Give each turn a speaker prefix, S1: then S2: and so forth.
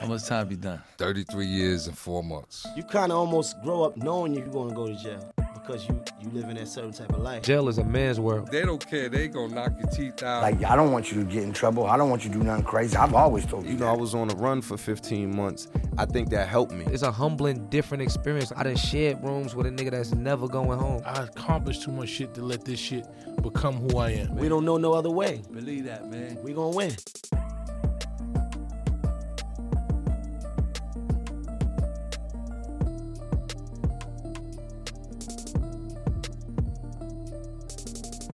S1: How much time you done?
S2: 33 years and four months.
S3: You kind of almost grow up knowing you're going to go to jail because you you living that certain type of life.
S4: Jail is a man's world.
S2: They don't care. They gonna knock your teeth out.
S5: Like, I don't want you to get in trouble. I don't want you to do nothing crazy. I've always told you.
S6: You know, I was on the run for 15 months. I think that helped me.
S4: It's a humbling, different experience. I done shared rooms with a nigga that's never going home.
S7: I accomplished too much shit to let this shit become who I am.
S3: We don't know no other way.
S1: Believe that, man.
S3: We gonna win.